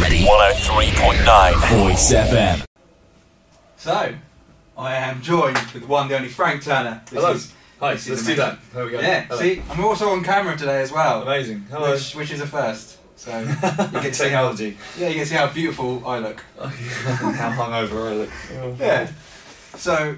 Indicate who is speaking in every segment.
Speaker 1: ready.
Speaker 2: 103.9 Voice FM.
Speaker 3: So, I am joined with one, the only Frank Turner. This
Speaker 4: Hello.
Speaker 3: is-
Speaker 4: Hi,
Speaker 3: this
Speaker 4: let's
Speaker 3: is
Speaker 4: do that.
Speaker 3: amazing.
Speaker 4: There we go.
Speaker 3: Yeah,
Speaker 4: Hello.
Speaker 3: see, I'm also on camera today as well,
Speaker 4: Amazing. Hello.
Speaker 3: which, which is a first. So, you can see how,
Speaker 4: Technology.
Speaker 3: yeah, you can see how beautiful I look.
Speaker 4: how hungover I look.
Speaker 3: Yeah. So,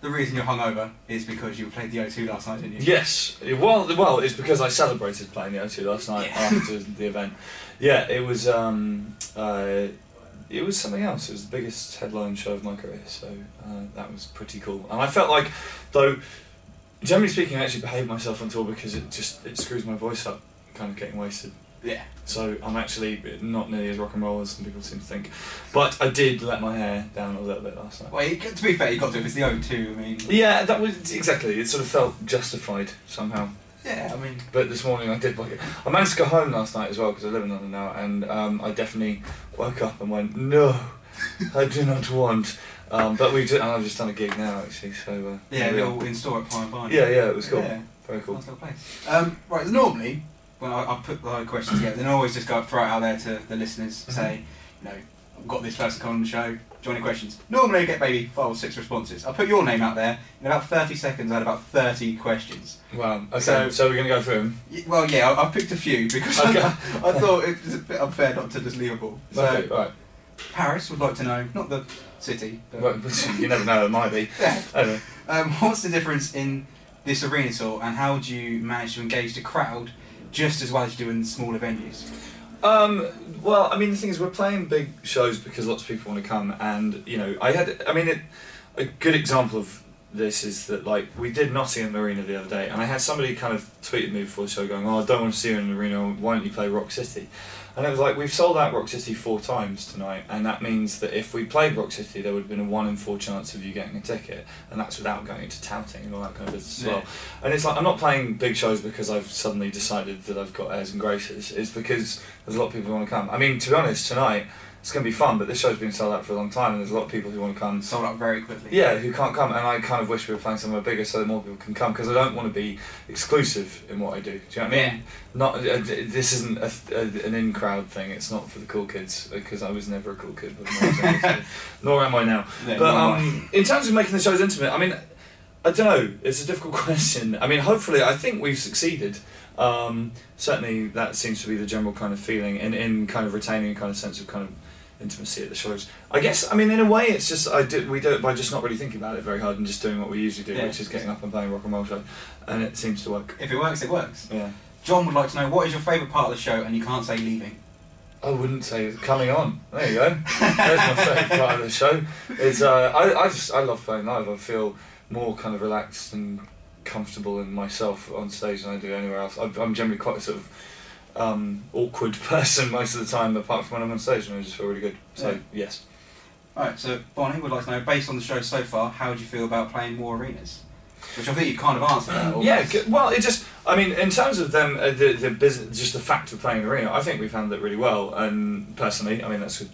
Speaker 3: the reason you're hungover is because you played the O2 last night, didn't you?
Speaker 4: Yes. it- Well, well, it's because I celebrated playing the O2 last night
Speaker 3: Yeah.
Speaker 4: after the event. Yeah, it was. Um, uh, it was something else. It was the biggest headline show of my career, so uh, that was pretty cool. And I felt like, though, generally speaking, I actually behaved myself on tour because it just it screws my voice up, kind of getting wasted.
Speaker 3: Yeah.
Speaker 4: So I'm actually not nearly as rock and roll as some people seem to think, but I did let my hair down a little bit last night.
Speaker 3: Well, you, to be fair, you got to. If it's the O2, I mean,
Speaker 4: Yeah, that was exactly. It sort of felt justified somehow.
Speaker 3: yeah, I mean,
Speaker 4: But this morning I did like it. I managed to go home last night as well because I live in London now, and um, I definitely woke up and went, "No, I do not want." Um, but we did, and I've just done a gig now actually, so uh,
Speaker 3: yeah, a
Speaker 4: we are-
Speaker 3: little in store at Pine Barn.
Speaker 4: yeah, yeah, it was cool,
Speaker 3: Yeah,
Speaker 4: very cool.
Speaker 3: nice little place. Um, right, normally, when I, I put the whole question together, then I always just go throw it out there to the listeners, say, you know, I've got this person coming on the show, do you want any questions? Normally I get maybe five or six responses. I put your name out there, in about 30 seconds I had about 30 questions.
Speaker 4: Wow. Okay,
Speaker 3: So-
Speaker 4: so, we're gonna go through 'em.
Speaker 3: Y- Well, yeah, I, I picked a few because
Speaker 4: Okay.
Speaker 3: I, I thought it was a bit unfair not to just leave a ball. So,
Speaker 4: okay, right.
Speaker 3: Paris would like to know, not the city, but
Speaker 4: Well, you never know. It might be.
Speaker 3: Yeah.
Speaker 4: Anyway.
Speaker 3: Um, what's the difference in this arena tour, and how do you manage to engage the crowd just as well as you do in smaller venues?
Speaker 4: Um, well, I mean, the thing is, we're playing big shows because lots of people want to come, and you know, I had, I mean, it, a good example of this is that like we did Nottingham Arena the other day, and I had somebody kind of tweeted me before the show going, "Oh, I don't want to see you in an arena. Why don't you play Rock City?" And it was like we've sold out Rock City four times tonight, and that means that if we played Rock City, there would have been a one in four chance of you getting a ticket, and that's without going into touting and all that kind of business as well. And it's like I'm not playing big shows because I've suddenly decided that I've got airs and graces. It's because there's a lot of people who want to come. I mean, to be honest, tonight it's going to be fun, but this show's been sold out for a long time, and there's a lot of people who want to come.
Speaker 3: Sold out very quickly.
Speaker 4: Yeah, who can't come, and I kind of wish we were playing somewhere bigger so that more people can come because I don't want to be exclusive in what I do. Do you know what I mean?
Speaker 3: Yeah.
Speaker 4: Not uh, d- this isn't a, th- a, an in crowd thing. It's not for the cool kids because I was never a cool kid, when I was young, so- nor am I now.
Speaker 3: No,
Speaker 4: but
Speaker 3: not
Speaker 4: um, in terms of making the shows intimate, I mean, I don't know. It's a difficult question. I mean, hopefully, I think we've succeeded. Um, certainly, that seems to be the general kind of feeling, and in kind of retaining a kind of sense of kind of intimacy at the shows. I guess. I mean, in a way, it's just I do we do it by just not really thinking about it very hard and just doing what we usually do,
Speaker 3: Yeah.
Speaker 4: which is getting up and playing a rock and roll show, and it seems to work.
Speaker 3: If it works, it works.
Speaker 4: Yeah.
Speaker 3: John would like to know what is your favourite part of the show, and you can't say leaving.
Speaker 4: I wouldn't say it's coming on. There you go. There's my favourite part of the show. It's uh, I, I just I love playing live. I feel more kind of relaxed and comfortable in myself on stage than I do anywhere else. I, I'm generally quite a sort of um, awkward person most of the time, apart from when I'm on stage, and I just feel really good. So
Speaker 3: Yeah.
Speaker 4: yes,
Speaker 3: Alright, so Bonnie would like to know, based on the show so far, how do you feel about playing more arenas? Which I think you kind of answered that. almost.
Speaker 4: yeah. Good. Well, it just I mean, in terms of them, uh, the the business, just the fact of playing arena, I think we've handled it really well. And personally, I mean, that's a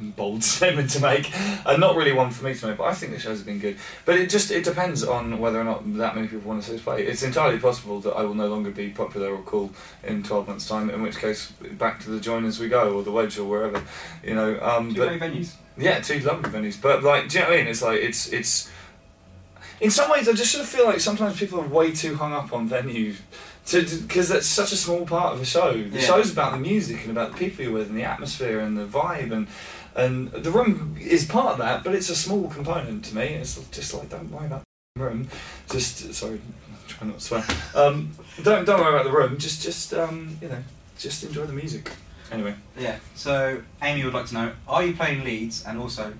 Speaker 4: bold statement to make, and not really one for me to make. But I think the shows have been good. But it just it depends on whether or not that many people want to see us play. It's entirely possible that I will no longer be popular or cool in twelve months' time. In which case, back to the joiners we go, or the wedge, or wherever, you know. Um,
Speaker 3: Do you
Speaker 4: but
Speaker 3: play venues?
Speaker 4: yeah, two lovely venues. But like, do you know what I mean? It's like it's it's. In some ways, I just sort of feel like sometimes people are way too hung up on venue, because that's such a small part of a show. The
Speaker 3: Yeah.
Speaker 4: show's about the music and about the people you're with and the atmosphere and the vibe and and the room is part of that, but it's a small component to me. It's just like don't worry about the room. Just sorry, I'm trying not to swear. Um, don't don't worry about the room. Just just um, you know, just enjoy the music. Anyway.
Speaker 3: Yeah. So Amy would like to know, are you playing Leeds, and also,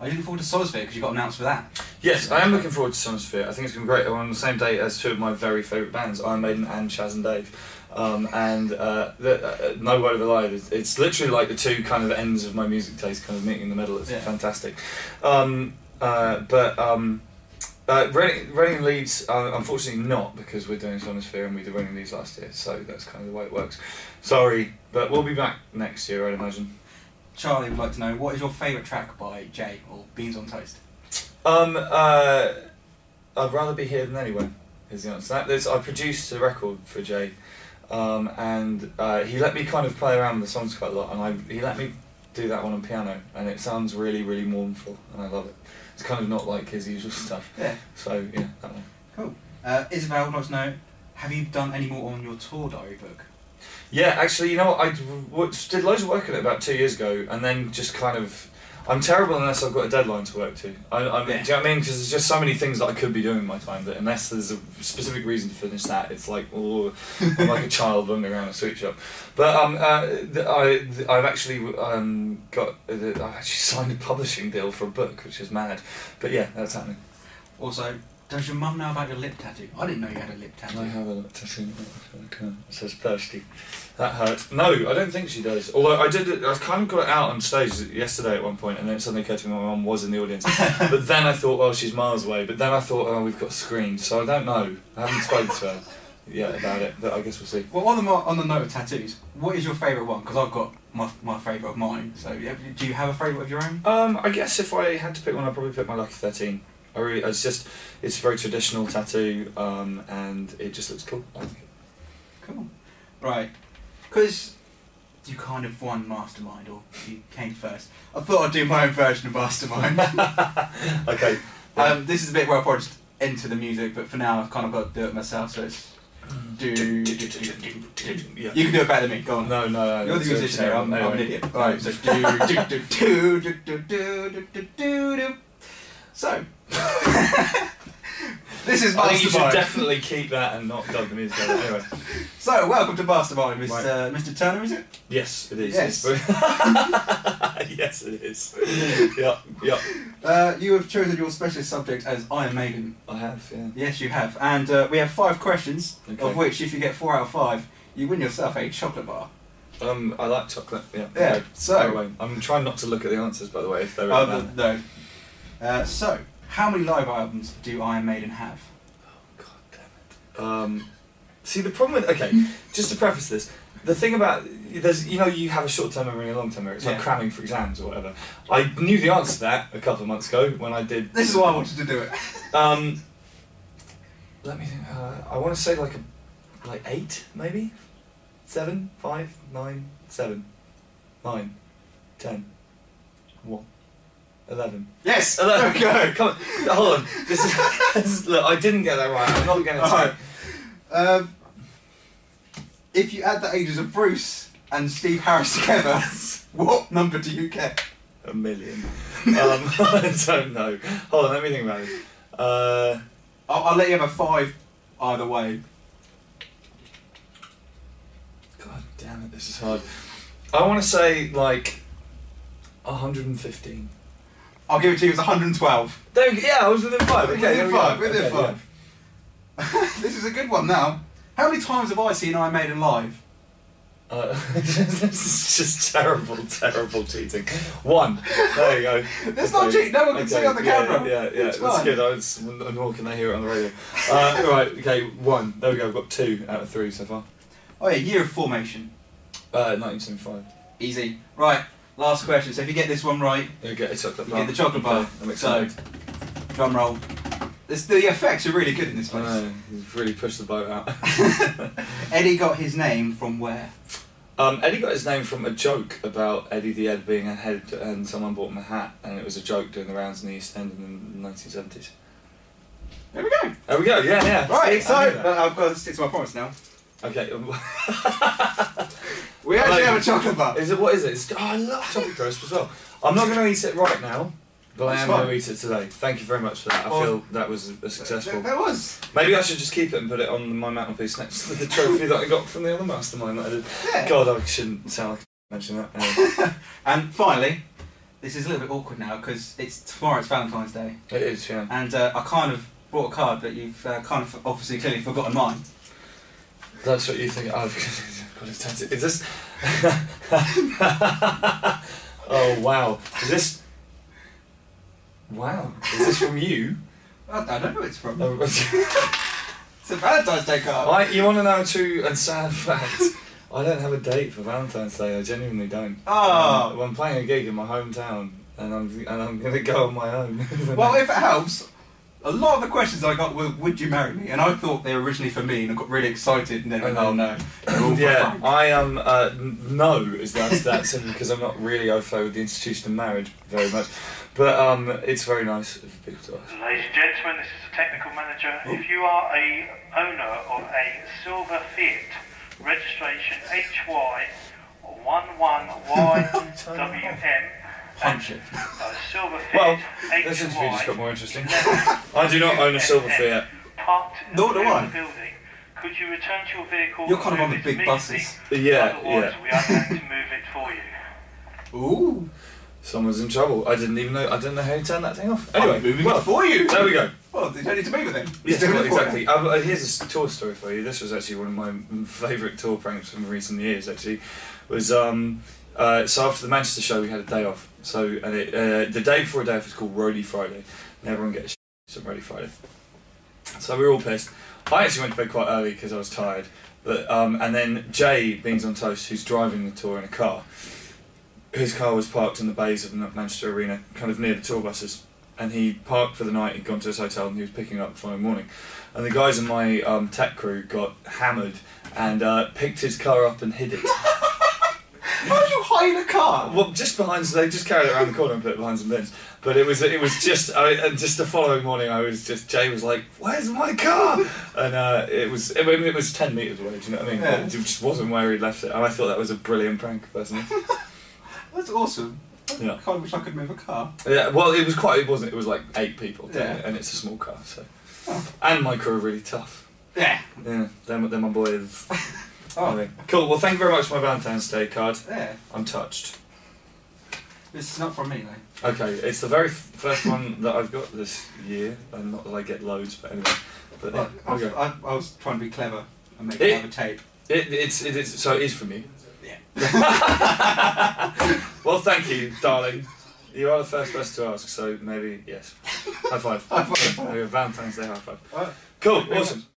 Speaker 3: are you looking forward to Solsphere because you got announced for that?
Speaker 4: Yes, I am looking forward to Summer Sphere. I think it's going to be great. We're on the same date as two of my very favourite bands, Iron Maiden and Chaz and Dave. Um, and uh, the, uh, no word of a lie, it's, it's literally like the two kind of ends of my music taste kind of meeting in the middle. It's
Speaker 3: Yeah.
Speaker 4: fantastic. Um, uh, but um, uh, Reading, Reading and Leeds, uh, unfortunately not, because we're doing Summer Sphere and we did Reading and Leeds last year, so that's kind of the way it works. Sorry, but we'll be back next year, I'd imagine.
Speaker 3: Charlie would like to know, what is your favourite track by Jay or Beans on Toast?
Speaker 4: Um, uh, I'd rather be here than anywhere. Is the answer to that? There's, I produced a record for Jay, um, and uh, he let me kind of play around with the songs quite a lot, and I, he let me do that one on piano, and it sounds really, really mournful, and I love it. It's kind of not like his usual stuff.
Speaker 3: Yeah.
Speaker 4: So yeah, that one.
Speaker 3: Uh, Isabel wants to know, have you done any more on your tour diary book?
Speaker 4: Yeah, actually, you know, what, I d- w- did loads of work on it about two years ago, and then just kind of. I'm terrible unless I've got a deadline to work to. I, I mean, Do you know what I mean? Because there's just so many things that I could be doing in my time that unless there's a specific reason to finish that, it's like, oh, I'm like a child running around a sweet shop. But um, uh, th- I, th- I've actually um, got, uh, th- I've actually signed a publishing deal for a book, which is mad. But yeah, that's happening.
Speaker 3: Also, does your mum know about your lip tattoo? I didn't know you had a lip tattoo.
Speaker 4: I have a tattoo. Okay. uh, It says thirsty. That hurts. No, I don't think she does. Although I did, I kind of got it out on stage yesterday at one point, and then it suddenly occurred to me my mum was in the audience. but then I thought, well, she's miles away. But then I thought, oh, we've got screens, so I don't know. I haven't spoken to her yet about it, but I guess we'll see.
Speaker 3: Well, on the mo- on the note of tattoos, what is your favourite one? Because I've got my, my favourite of mine. So, yeah, do you have a favourite of your own?
Speaker 4: Um, I guess if I had to pick one, I'd probably pick my Lucky Thirteen. I really, it's just, it's a very traditional tattoo, um, and it just looks cool. I like it.
Speaker 3: Cool. Right. Because you kind of won Mastermind, or you came first. I thought I'd do my own version of Mastermind.
Speaker 4: Okay.
Speaker 3: um, this is a bit where I probably just enter the music, but for now I've kind of got to do it myself, so it's. Do, Mm. do, do, do, do, do.
Speaker 4: Yeah.
Speaker 3: You can do it better than me, go on.
Speaker 4: No, no,
Speaker 3: You're
Speaker 4: no.
Speaker 3: the
Speaker 4: it's uh,
Speaker 3: musician here, I'm, I'm
Speaker 4: anyway.
Speaker 3: an idiot. Alright, so do, do, do, do, do, do, do, do, do, do, do. So. this is
Speaker 4: I think you should
Speaker 3: Mastermind.
Speaker 4: definitely keep that and not dub the music over. Anyway,
Speaker 3: so, welcome to Mastermind, Mr. Mr. Turner, is it?
Speaker 4: yes, it is.
Speaker 3: Yes.
Speaker 4: yes, it is. Yeah, yeah.
Speaker 3: Uh, you have chosen your specialist subject as Iron Maiden.
Speaker 4: I have, yeah.
Speaker 3: Yes, you have. And uh, we have five questions,
Speaker 4: Okay.
Speaker 3: of which, if you get four out of five, you win yourself a chocolate bar.
Speaker 4: Um, I like chocolate, yeah.
Speaker 3: Yeah,
Speaker 4: okay.
Speaker 3: so-
Speaker 4: By the way, I'm trying not to look at the answers, by the way, if they're
Speaker 3: Uh,
Speaker 4: in there.
Speaker 3: th- no. Uh, so, how many live albums do Iron Maiden have?
Speaker 4: God damn it. Um, see, the problem with okay, just to preface this, the thing about there's you know you have a short term memory and a long term memory. It's like
Speaker 3: Yeah.
Speaker 4: cramming for exams or whatever. I knew the answer to that a couple of months ago when I did.
Speaker 3: This is why I wanted to do it.
Speaker 4: Um, let me. Think, uh, I want to say like a, like eight maybe, seven, five, nine, seven, nine, ten, one, eleven.
Speaker 3: Yes!
Speaker 4: Eleven.
Speaker 3: There we go!
Speaker 4: Come on, hold on. This is, this is look. I didn't get that right. I'm not going to.
Speaker 3: Alright. Um, if you add the ages of Bruce and Steve Harris together, what number do you get?
Speaker 4: A million. Um, I don't know. Hold on, let me think about it. Uh,
Speaker 3: I'll, I'll let you have a five either way.
Speaker 4: God damn it, this is hard. I want to say like 115.
Speaker 3: I'll give it to you, it's 112.
Speaker 4: There we go. Yeah, I was within five. Okay,
Speaker 3: Within
Speaker 4: there we go.
Speaker 3: five, within
Speaker 4: Okay,
Speaker 3: five. this is a good one now. How many times have I seen Iron Maiden live?
Speaker 4: yeah. Uh, this is just terrible, terrible cheating. One. There you go.
Speaker 3: That's not cheating, no one can see on the
Speaker 4: yeah,
Speaker 3: camera.
Speaker 4: Yeah, yeah,
Speaker 3: It's
Speaker 4: that's
Speaker 3: fine.
Speaker 4: good. I was, I'm walking, I hear it on the radio. Uh, right, okay, one. There we go. I've got two out of three so far.
Speaker 3: Oh yeah, year of formation.
Speaker 4: Uh, 1975.
Speaker 3: Easy. Right, last question. So if you get this one right,
Speaker 4: You get a chocolate
Speaker 3: You
Speaker 4: bar.
Speaker 3: get the chocolate bar.
Speaker 4: Okay, I'm excited.
Speaker 3: drum roll. This, the effects are really good in this
Speaker 4: I
Speaker 3: place.
Speaker 4: know, you've really pushed the boat out.
Speaker 3: Eddie got his name from where?
Speaker 4: Um, Eddie got his name from a joke about Eddie the Ed being a head and someone bought him a hat and it was a joke doing the rounds in the East End in the 1970s.
Speaker 3: There we go.
Speaker 4: There we go, yeah, yeah.
Speaker 3: Right, so
Speaker 4: I knew that.
Speaker 3: I've got to stick to my promise now.
Speaker 4: Okay, um,
Speaker 3: We actually
Speaker 4: Hello.
Speaker 3: have a chocolate bar.
Speaker 4: is it, what is it? It's, oh, I love chocolate crisp as well. I'm not going to eat it right now, but I
Speaker 3: That's
Speaker 4: am going to
Speaker 3: fine.
Speaker 4: eat it today. Thank you very much for that. I
Speaker 3: Oh.
Speaker 4: feel that was a
Speaker 3: There,
Speaker 4: successful.
Speaker 3: there was.
Speaker 4: Maybe I should just keep it and put it on my mantelpiece next to the trophy that I got from the other mastermind that I did.
Speaker 3: Yeah.
Speaker 4: God, I shouldn't sound like I mention that. Anyway,
Speaker 3: And finally, this is a little bit awkward now because it's tomorrow. It's Valentine's Day,
Speaker 4: it is, yeah.
Speaker 3: and uh, I kind of brought a card, but you've uh, kind of obviously clearly forgotten mine.
Speaker 4: That's what you think. I've got a tattoo. Is this? oh wow! Is this? Wow! Is this from you? Oh,
Speaker 3: I, I don't know where it's from.
Speaker 4: I,
Speaker 3: It's a Valentine's Day card.
Speaker 4: you want to know a true and sad fact? I don't have a date for Valentine's Day. I genuinely don't.
Speaker 3: Oh.
Speaker 4: Um, I'm playing a gig in my hometown, and I'm and I'm gonna go on my own.
Speaker 3: well, if it helps, a lot of the questions I got were, "Would you marry me?" and I thought they were originally for me, and I got really excited, and then went, "Oh no, they're all for
Speaker 4: Yeah,
Speaker 3: Frank."
Speaker 4: I am. Uh, n- no, is that that's in, because I'm not really au fait with the institution of marriage very much, but um, it's very nice of people to ask.
Speaker 1: Ladies and gentlemen, this is the technical manager.
Speaker 3: Oh.
Speaker 1: If you are a owner of a silver Fiat, registration HY11YWM,
Speaker 3: Punch it.
Speaker 1: a uh, silver
Speaker 4: Well,
Speaker 1: Fiat
Speaker 4: this interview just got more interesting.
Speaker 1: HY11,
Speaker 4: I do not own a silver Fiat.
Speaker 1: parked in
Speaker 3: Nor
Speaker 1: the
Speaker 3: do
Speaker 1: middle
Speaker 3: I.
Speaker 1: of the building. Could you return to your vehicle?
Speaker 3: You're kind of
Speaker 1: and
Speaker 3: on the
Speaker 1: move
Speaker 3: big
Speaker 1: it immediately?
Speaker 3: buses.
Speaker 4: Yeah,
Speaker 1: Otherwise,
Speaker 4: yeah.
Speaker 1: we are going to move it for you.
Speaker 3: Ooh,
Speaker 4: Someone's in trouble. I didn't even know. I didn't know how to turn that thing off. Anyway,
Speaker 3: I'm moving
Speaker 4: well,
Speaker 3: it for you.
Speaker 4: There we go.
Speaker 3: Well, you don't need to move it then. He's
Speaker 4: Yes,
Speaker 3: doing
Speaker 4: well,
Speaker 3: it for you.
Speaker 4: exactly. Um, uh, here's a s- tour story for you. This was actually one of my m- favourite tour pranks from recent years. Actually, was um, uh, so after the Manchester show we had a day off. So and it, uh, the day before a day off is called Roadie Friday, and everyone gets sh- on Roadie Friday. So we were all pissed. I actually went to bed quite early because I was tired. But um, and then Jay Beans on Toast, who's driving the tour in a car, his car was parked in the bays of the Manchester Arena, kind of near the tour buses. And he parked for the night. He'd gone to his hotel, and he was picking it up the following morning. And the guys in my um, tech crew got hammered and uh, picked his car up and hid it.
Speaker 3: How do you hide a car?
Speaker 4: well, just behind, they just carried it around the corner and put it behind some bins. But it was it was just I, and just the following morning, I was just Jay was like, "Where's my car?" And uh, it was I mean, it was ten meters away. Do you know what I mean?
Speaker 3: Yeah.
Speaker 4: It just wasn't where he left it, and I thought that was a brilliant prank, personally.
Speaker 3: That's awesome. I
Speaker 4: Yeah.
Speaker 3: kind of wish I could move a car.
Speaker 4: Yeah, well, it was quite. It wasn't. It was like eight people, doing
Speaker 3: Yeah. Oh.
Speaker 4: it, and it's a small car. So, and my crew are really tough.
Speaker 3: Yeah.
Speaker 4: Yeah, them, them my boys.
Speaker 3: Oh,
Speaker 4: Anyway, cool. Well, thank you very much for my Valentine's Day card.
Speaker 3: yeah.
Speaker 4: I'm touched.
Speaker 3: This is not from me, though.
Speaker 4: Okay, it's the very f- first one that I've got this year, and not that I get loads, but anyway. But yeah,
Speaker 3: I,
Speaker 4: there we go.
Speaker 3: I, I was trying to be clever and make
Speaker 4: It-
Speaker 3: another tape.
Speaker 4: It, it's it is so it is from you.
Speaker 3: Yeah.
Speaker 4: Well, thank you, darling. You are the first person to ask, so maybe yes. High five.
Speaker 3: High five.
Speaker 4: Maybe a Valentine's Day high five.
Speaker 3: Alright.
Speaker 4: Cool, awesome.